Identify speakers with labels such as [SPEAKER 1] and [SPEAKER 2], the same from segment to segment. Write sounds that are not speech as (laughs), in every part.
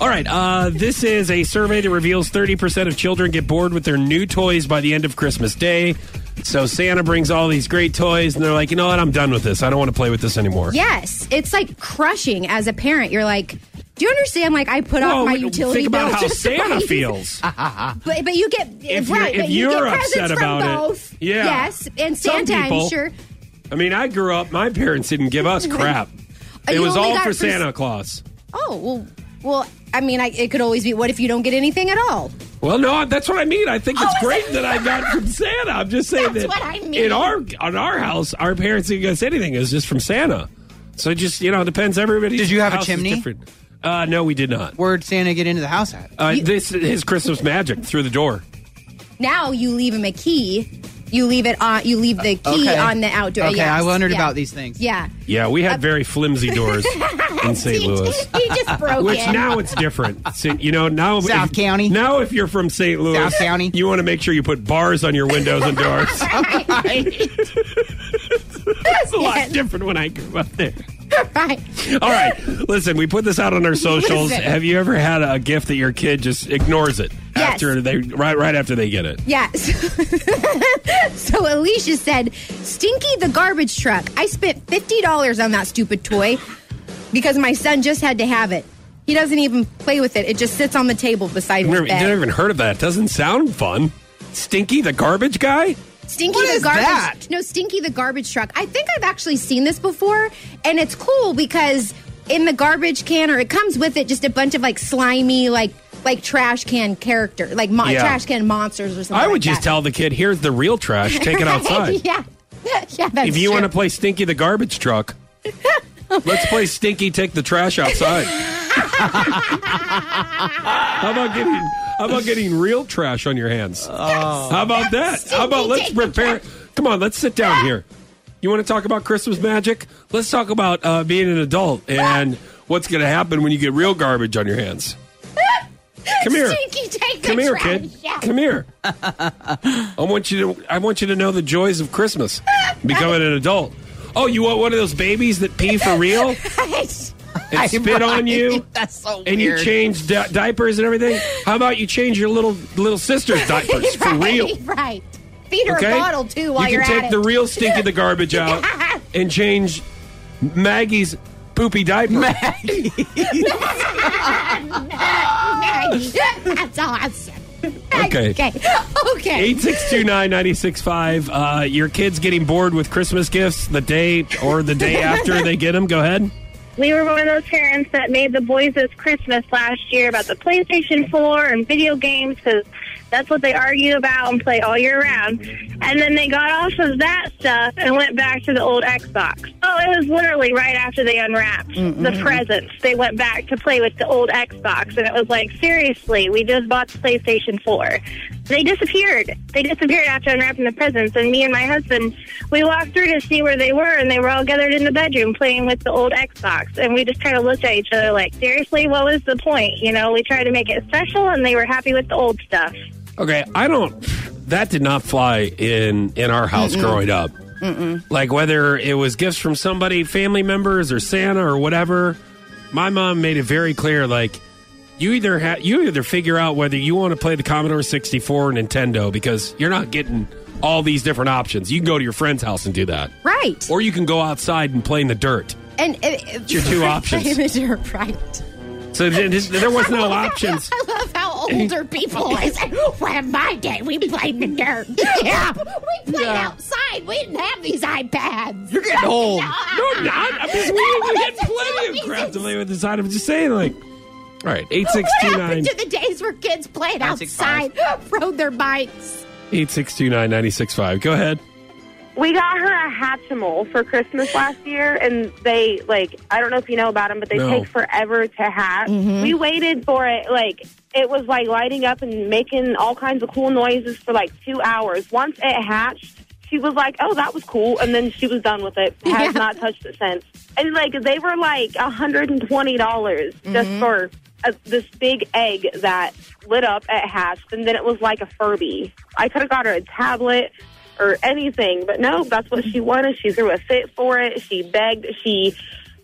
[SPEAKER 1] All right, uh, this is a survey that reveals 30% of children get bored with their new toys by the end of Christmas Day. So Santa brings all these great toys, and they're like, you know what? I'm done with this. I don't want to play with this anymore.
[SPEAKER 2] Yes, it's like crushing as a parent. You're like, do you understand? Like I put
[SPEAKER 1] Whoa,
[SPEAKER 2] off my
[SPEAKER 1] wait,
[SPEAKER 2] utility
[SPEAKER 1] think about
[SPEAKER 2] bill.
[SPEAKER 1] how
[SPEAKER 2] (laughs) just to
[SPEAKER 1] Santa
[SPEAKER 2] buy these-
[SPEAKER 1] feels.
[SPEAKER 2] But, but you get
[SPEAKER 1] If you're-
[SPEAKER 2] right.
[SPEAKER 1] if
[SPEAKER 2] but you
[SPEAKER 1] you're
[SPEAKER 2] get
[SPEAKER 1] upset
[SPEAKER 2] presents
[SPEAKER 1] about it.
[SPEAKER 2] from both.
[SPEAKER 1] Yeah.
[SPEAKER 2] Yes, and
[SPEAKER 1] Some
[SPEAKER 2] Santa,
[SPEAKER 1] people-
[SPEAKER 2] I'm sure.
[SPEAKER 1] I mean, I grew up, my parents didn't give us crap. It
[SPEAKER 2] You
[SPEAKER 1] was
[SPEAKER 2] only
[SPEAKER 1] all
[SPEAKER 2] got
[SPEAKER 1] for
[SPEAKER 2] it for s-
[SPEAKER 1] Santa Claus.
[SPEAKER 2] Oh well, well. I mean, I, it could always be. What if you don't get anything at all?
[SPEAKER 1] Well, no, that's what I mean. I think
[SPEAKER 2] Oh,
[SPEAKER 1] it's
[SPEAKER 2] is
[SPEAKER 1] great
[SPEAKER 2] it?
[SPEAKER 1] that I got from Santa. I'm just saying
[SPEAKER 2] That's
[SPEAKER 1] that
[SPEAKER 2] what I mean.
[SPEAKER 1] in our on our house, our parents didn't get us anything. It was just from Santa. So it just you know, it depends. Everybody.
[SPEAKER 3] Did you have a
[SPEAKER 1] house is
[SPEAKER 3] chimney?
[SPEAKER 1] different. Uh, no, we did not.
[SPEAKER 3] Where'd Santa get into the house at?
[SPEAKER 1] Uh, this is his Christmas magic through the door.
[SPEAKER 2] Now you leave him a key. You leave it on. You leave the key
[SPEAKER 3] Uh, okay.
[SPEAKER 2] on the outdoor.
[SPEAKER 3] Okay,
[SPEAKER 2] yes,
[SPEAKER 3] I wondered
[SPEAKER 2] yeah.
[SPEAKER 3] about these things.
[SPEAKER 2] Yeah.
[SPEAKER 1] Yeah, we
[SPEAKER 2] Uh,
[SPEAKER 1] had very
[SPEAKER 2] (laughs)
[SPEAKER 1] flimsy doors in St.
[SPEAKER 2] He-
[SPEAKER 1] Louis. (laughs)
[SPEAKER 2] He just broke
[SPEAKER 1] Which
[SPEAKER 2] (laughs) it.
[SPEAKER 1] now it's different. So, you know, now
[SPEAKER 3] South
[SPEAKER 1] if,
[SPEAKER 3] County.
[SPEAKER 1] Now if you're from St. Louis,
[SPEAKER 3] South County.
[SPEAKER 1] you want to make sure you put bars on your windows and
[SPEAKER 2] (laughs)
[SPEAKER 1] doors. (laughs) it's a lot
[SPEAKER 2] (laughs) Yes.
[SPEAKER 1] different when I grew up there.
[SPEAKER 2] right.
[SPEAKER 1] All right. Listen, we put this out on our socials.
[SPEAKER 2] Listen.
[SPEAKER 1] Have you ever had a gift that your kid just ignores it
[SPEAKER 2] Yes.
[SPEAKER 1] after they right right after they get it?
[SPEAKER 2] Yes. (laughs) so Alicia said, Stinky the garbage truck. I spent $50 on that stupid toy because my son just had to have it. He doesn't even play with it. It just sits on the table beside
[SPEAKER 1] I've
[SPEAKER 2] his
[SPEAKER 1] never,
[SPEAKER 2] bed.
[SPEAKER 1] never even heard of that. Doesn't sound fun. Stinky the garbage guy?
[SPEAKER 2] Stinky
[SPEAKER 3] What
[SPEAKER 2] the
[SPEAKER 3] is
[SPEAKER 2] garbage.
[SPEAKER 3] that?
[SPEAKER 2] No, Stinky the garbage truck. I think I've actually seen this before, and it's cool because in the garbage can, or it comes with it, just a bunch of like slimy, like like trash can character, like mo-
[SPEAKER 1] Yeah.
[SPEAKER 2] trash can monsters or something.
[SPEAKER 1] I would
[SPEAKER 2] like
[SPEAKER 1] just
[SPEAKER 2] that.
[SPEAKER 1] tell the kid, here's the real trash,
[SPEAKER 2] (laughs)
[SPEAKER 1] take it outside.
[SPEAKER 2] yeah, yeah. That's
[SPEAKER 1] if you
[SPEAKER 2] true.
[SPEAKER 1] want to play Stinky the garbage truck, let's play Stinky take the trash
[SPEAKER 2] (laughs)
[SPEAKER 1] outside. how about getting how about getting real trash on your hands? How about that? How about
[SPEAKER 2] Oh. Stinky
[SPEAKER 1] let's
[SPEAKER 2] take the
[SPEAKER 1] prepare? Come on, let's sit down here. You want to talk about Christmas magic? Let's talk about uh, being an adult and what's going to happen when you get real garbage on your hands. Come here.
[SPEAKER 2] Stinky take the
[SPEAKER 1] Come here,
[SPEAKER 2] trash
[SPEAKER 1] kid.
[SPEAKER 2] out. (laughs)
[SPEAKER 1] Come here. I want you to. I want you to know the joys of Christmas. Becoming an adult. Oh, you want one of those babies that pee for
[SPEAKER 2] (laughs)
[SPEAKER 1] real and spit on you,
[SPEAKER 3] (laughs) That's so
[SPEAKER 1] and you
[SPEAKER 3] weird.
[SPEAKER 1] change di- diapers and everything? How about you change your little little
[SPEAKER 2] (laughs)
[SPEAKER 1] sister's diapers for real?
[SPEAKER 2] Right, Right. Feed her
[SPEAKER 1] Okay.
[SPEAKER 2] a bottle too while
[SPEAKER 1] you
[SPEAKER 2] are
[SPEAKER 1] can take
[SPEAKER 2] at
[SPEAKER 1] the
[SPEAKER 2] it.
[SPEAKER 1] real stinky
[SPEAKER 2] (laughs)
[SPEAKER 1] the garbage out and change Maggie's poopy diaper.
[SPEAKER 2] That's awesome.
[SPEAKER 1] Okay.
[SPEAKER 2] Okay. Okay.
[SPEAKER 1] 862-9965. Uh, your kids getting bored with Christmas gifts the day or the (laughs) day after they get them? Go ahead.
[SPEAKER 4] We were one of those parents that made the boys this Christmas last year about the PlayStation 4 and video games because that's what they argue about and play all year round. And then they got off of that stuff and went back to the old Xbox. Oh, it was literally right after they unwrapped the presents. They went back to play with the old Xbox. And it was like, seriously, we just bought the PlayStation 4. They disappeared. They disappeared after unwrapping the presents. And me and my husband, we walked through to see where they were, and they were all gathered in the bedroom playing with the old Xbox. And we just kind of looked at each other like, seriously, what was the point? You know, we tried to make it special, and they were happy with the old stuff.
[SPEAKER 1] Okay, I don't. That did not fly in in our house growing up. Like whether it was gifts from somebody, family members, or Santa or whatever. My mom made it very clear. Like you either ha- you either figure out whether you want to play the Commodore sixty four or Nintendo because you're not getting all these different options. You can go to your friend's house and do that,
[SPEAKER 2] Right.
[SPEAKER 1] or you can go outside and play in the dirt.
[SPEAKER 2] and uh,
[SPEAKER 1] your two
[SPEAKER 2] (laughs)
[SPEAKER 1] options.
[SPEAKER 2] You're right.
[SPEAKER 1] So th- this- there was no options.
[SPEAKER 2] (laughs) I love how
[SPEAKER 1] (laughs)
[SPEAKER 2] older people I said, when in my day we played in the dirt. Yeah. we played
[SPEAKER 3] Yeah.
[SPEAKER 2] outside. We didn't have these iPads. (laughs)
[SPEAKER 3] You're getting old.
[SPEAKER 1] No, I'm not. I mean, we, we had plenty of crap to play with this item. I'm just saying, like, all right,
[SPEAKER 2] What
[SPEAKER 1] 8629
[SPEAKER 2] happened to the days where kids played
[SPEAKER 3] Nine, six,
[SPEAKER 2] outside, (laughs) rode their bikes?
[SPEAKER 1] 8629 965. Go ahead.
[SPEAKER 4] We got her a Hatchimal for Christmas last year, and they like I don't know if you know about them, but they
[SPEAKER 1] No.
[SPEAKER 4] take forever to hatch. We waited for it like it was like lighting up and making all kinds of cool noises for like two hours. Once it hatched, she was like, "Oh, that was cool," and then she was done with it. Has
[SPEAKER 2] Yeah.
[SPEAKER 4] not touched it since. And like they were like a hundred and twenty dollars just for. A, this big egg that lit up at hatched, and then it was like a Furby. I could have got her a tablet, or anything. But no, that's what she wanted. She threw a fit for it. She begged. She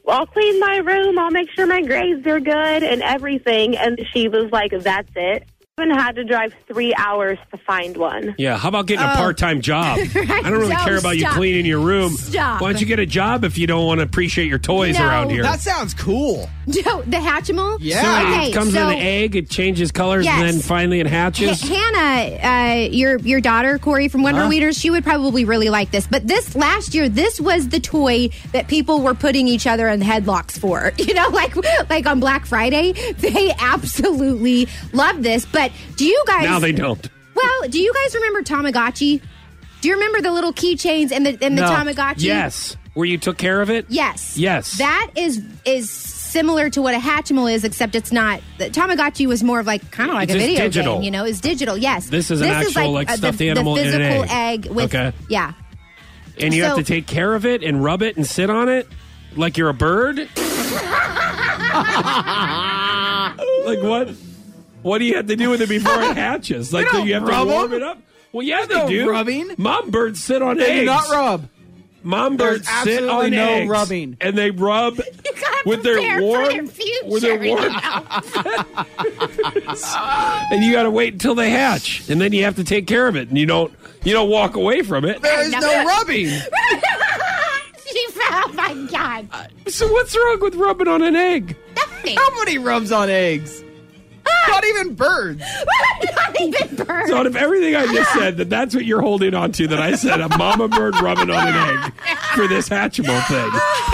[SPEAKER 4] I'll clean my room. I'll make sure my grades are good and everything. And she was like, that's it. Even had to drive three hours to find one.
[SPEAKER 1] Yeah, how about getting a part-time
[SPEAKER 2] (laughs)
[SPEAKER 1] job? I don't really
[SPEAKER 2] Oh. No,
[SPEAKER 1] care about you
[SPEAKER 2] stop.
[SPEAKER 1] cleaning your room.
[SPEAKER 2] Stop.
[SPEAKER 1] Why don't you get a job if you don't want to appreciate your toys
[SPEAKER 2] No.
[SPEAKER 1] around here?
[SPEAKER 3] That sounds cool.
[SPEAKER 2] No, the Hatchimal?
[SPEAKER 3] Yeah.
[SPEAKER 1] So
[SPEAKER 2] Okay,
[SPEAKER 1] it comes
[SPEAKER 2] so
[SPEAKER 1] in an egg, it changes colors,
[SPEAKER 2] Yes.
[SPEAKER 1] and then finally it hatches.
[SPEAKER 2] Ha- Hannah, uh, your your daughter Corey from
[SPEAKER 1] Uh-huh.
[SPEAKER 2] Wonder Weeders, she would probably really like this. But this last year, this was the toy that people were putting each other in headlocks for. (laughs) You know, like like on Black Friday, they absolutely loved this. But do you guys?
[SPEAKER 1] now they don't.
[SPEAKER 2] Well, do you guys remember Tamagotchi? Do you remember the little keychains and the and the Tamagotchi?
[SPEAKER 1] Yes. Where you took care of it?
[SPEAKER 2] Yes.
[SPEAKER 1] Yes.
[SPEAKER 2] That is is similar to what a Hatchimal is, except it's not. The Tamagotchi was more of like kind of like
[SPEAKER 1] It's
[SPEAKER 2] a
[SPEAKER 1] just
[SPEAKER 2] video
[SPEAKER 1] digital.
[SPEAKER 2] game, you know? It's digital. Yes.
[SPEAKER 1] This is an actual, like,
[SPEAKER 2] uh,
[SPEAKER 1] stuffed
[SPEAKER 2] the,
[SPEAKER 1] animal
[SPEAKER 2] the
[SPEAKER 1] in an
[SPEAKER 2] physical
[SPEAKER 1] egg.
[SPEAKER 2] egg. with
[SPEAKER 1] Okay.
[SPEAKER 2] yeah. (laughs)
[SPEAKER 1] And you have
[SPEAKER 2] So-
[SPEAKER 1] to take care of it and rub it and sit on it like you're a bird? (laughs) like what? What do you have to do with it before it hatches? Like do
[SPEAKER 3] don't
[SPEAKER 1] you have to
[SPEAKER 3] rub
[SPEAKER 1] warm
[SPEAKER 3] them.
[SPEAKER 1] it up? Well, yeah, they
[SPEAKER 3] no
[SPEAKER 1] do.
[SPEAKER 3] rubbing.
[SPEAKER 1] Mom birds sit on
[SPEAKER 3] They
[SPEAKER 1] eggs.
[SPEAKER 3] do not rub.
[SPEAKER 1] Mom
[SPEAKER 3] There's
[SPEAKER 1] birds sit
[SPEAKER 3] absolutely
[SPEAKER 1] on
[SPEAKER 3] no
[SPEAKER 1] eggs
[SPEAKER 3] rubbing.
[SPEAKER 1] and they
[SPEAKER 2] (laughs)
[SPEAKER 1] rub
[SPEAKER 2] gotta
[SPEAKER 1] with their
[SPEAKER 2] prepare for
[SPEAKER 1] warm
[SPEAKER 2] your future,
[SPEAKER 1] with their warm (laughs) and you got to wait until they hatch and then you have to take care of it and you don't you don't walk away from it
[SPEAKER 3] There is
[SPEAKER 2] no.
[SPEAKER 3] no rubbing.
[SPEAKER 2] (laughs) she found my god.
[SPEAKER 1] so what's wrong with rubbing on an egg
[SPEAKER 2] Nothing.
[SPEAKER 3] Nobody rubs on eggs. Not even birds.
[SPEAKER 2] (laughs) Not even birds.
[SPEAKER 1] so if everything i just said that that's what you're holding on to that i said a mama bird rubbing on an egg for this hatchable thing
[SPEAKER 2] (laughs)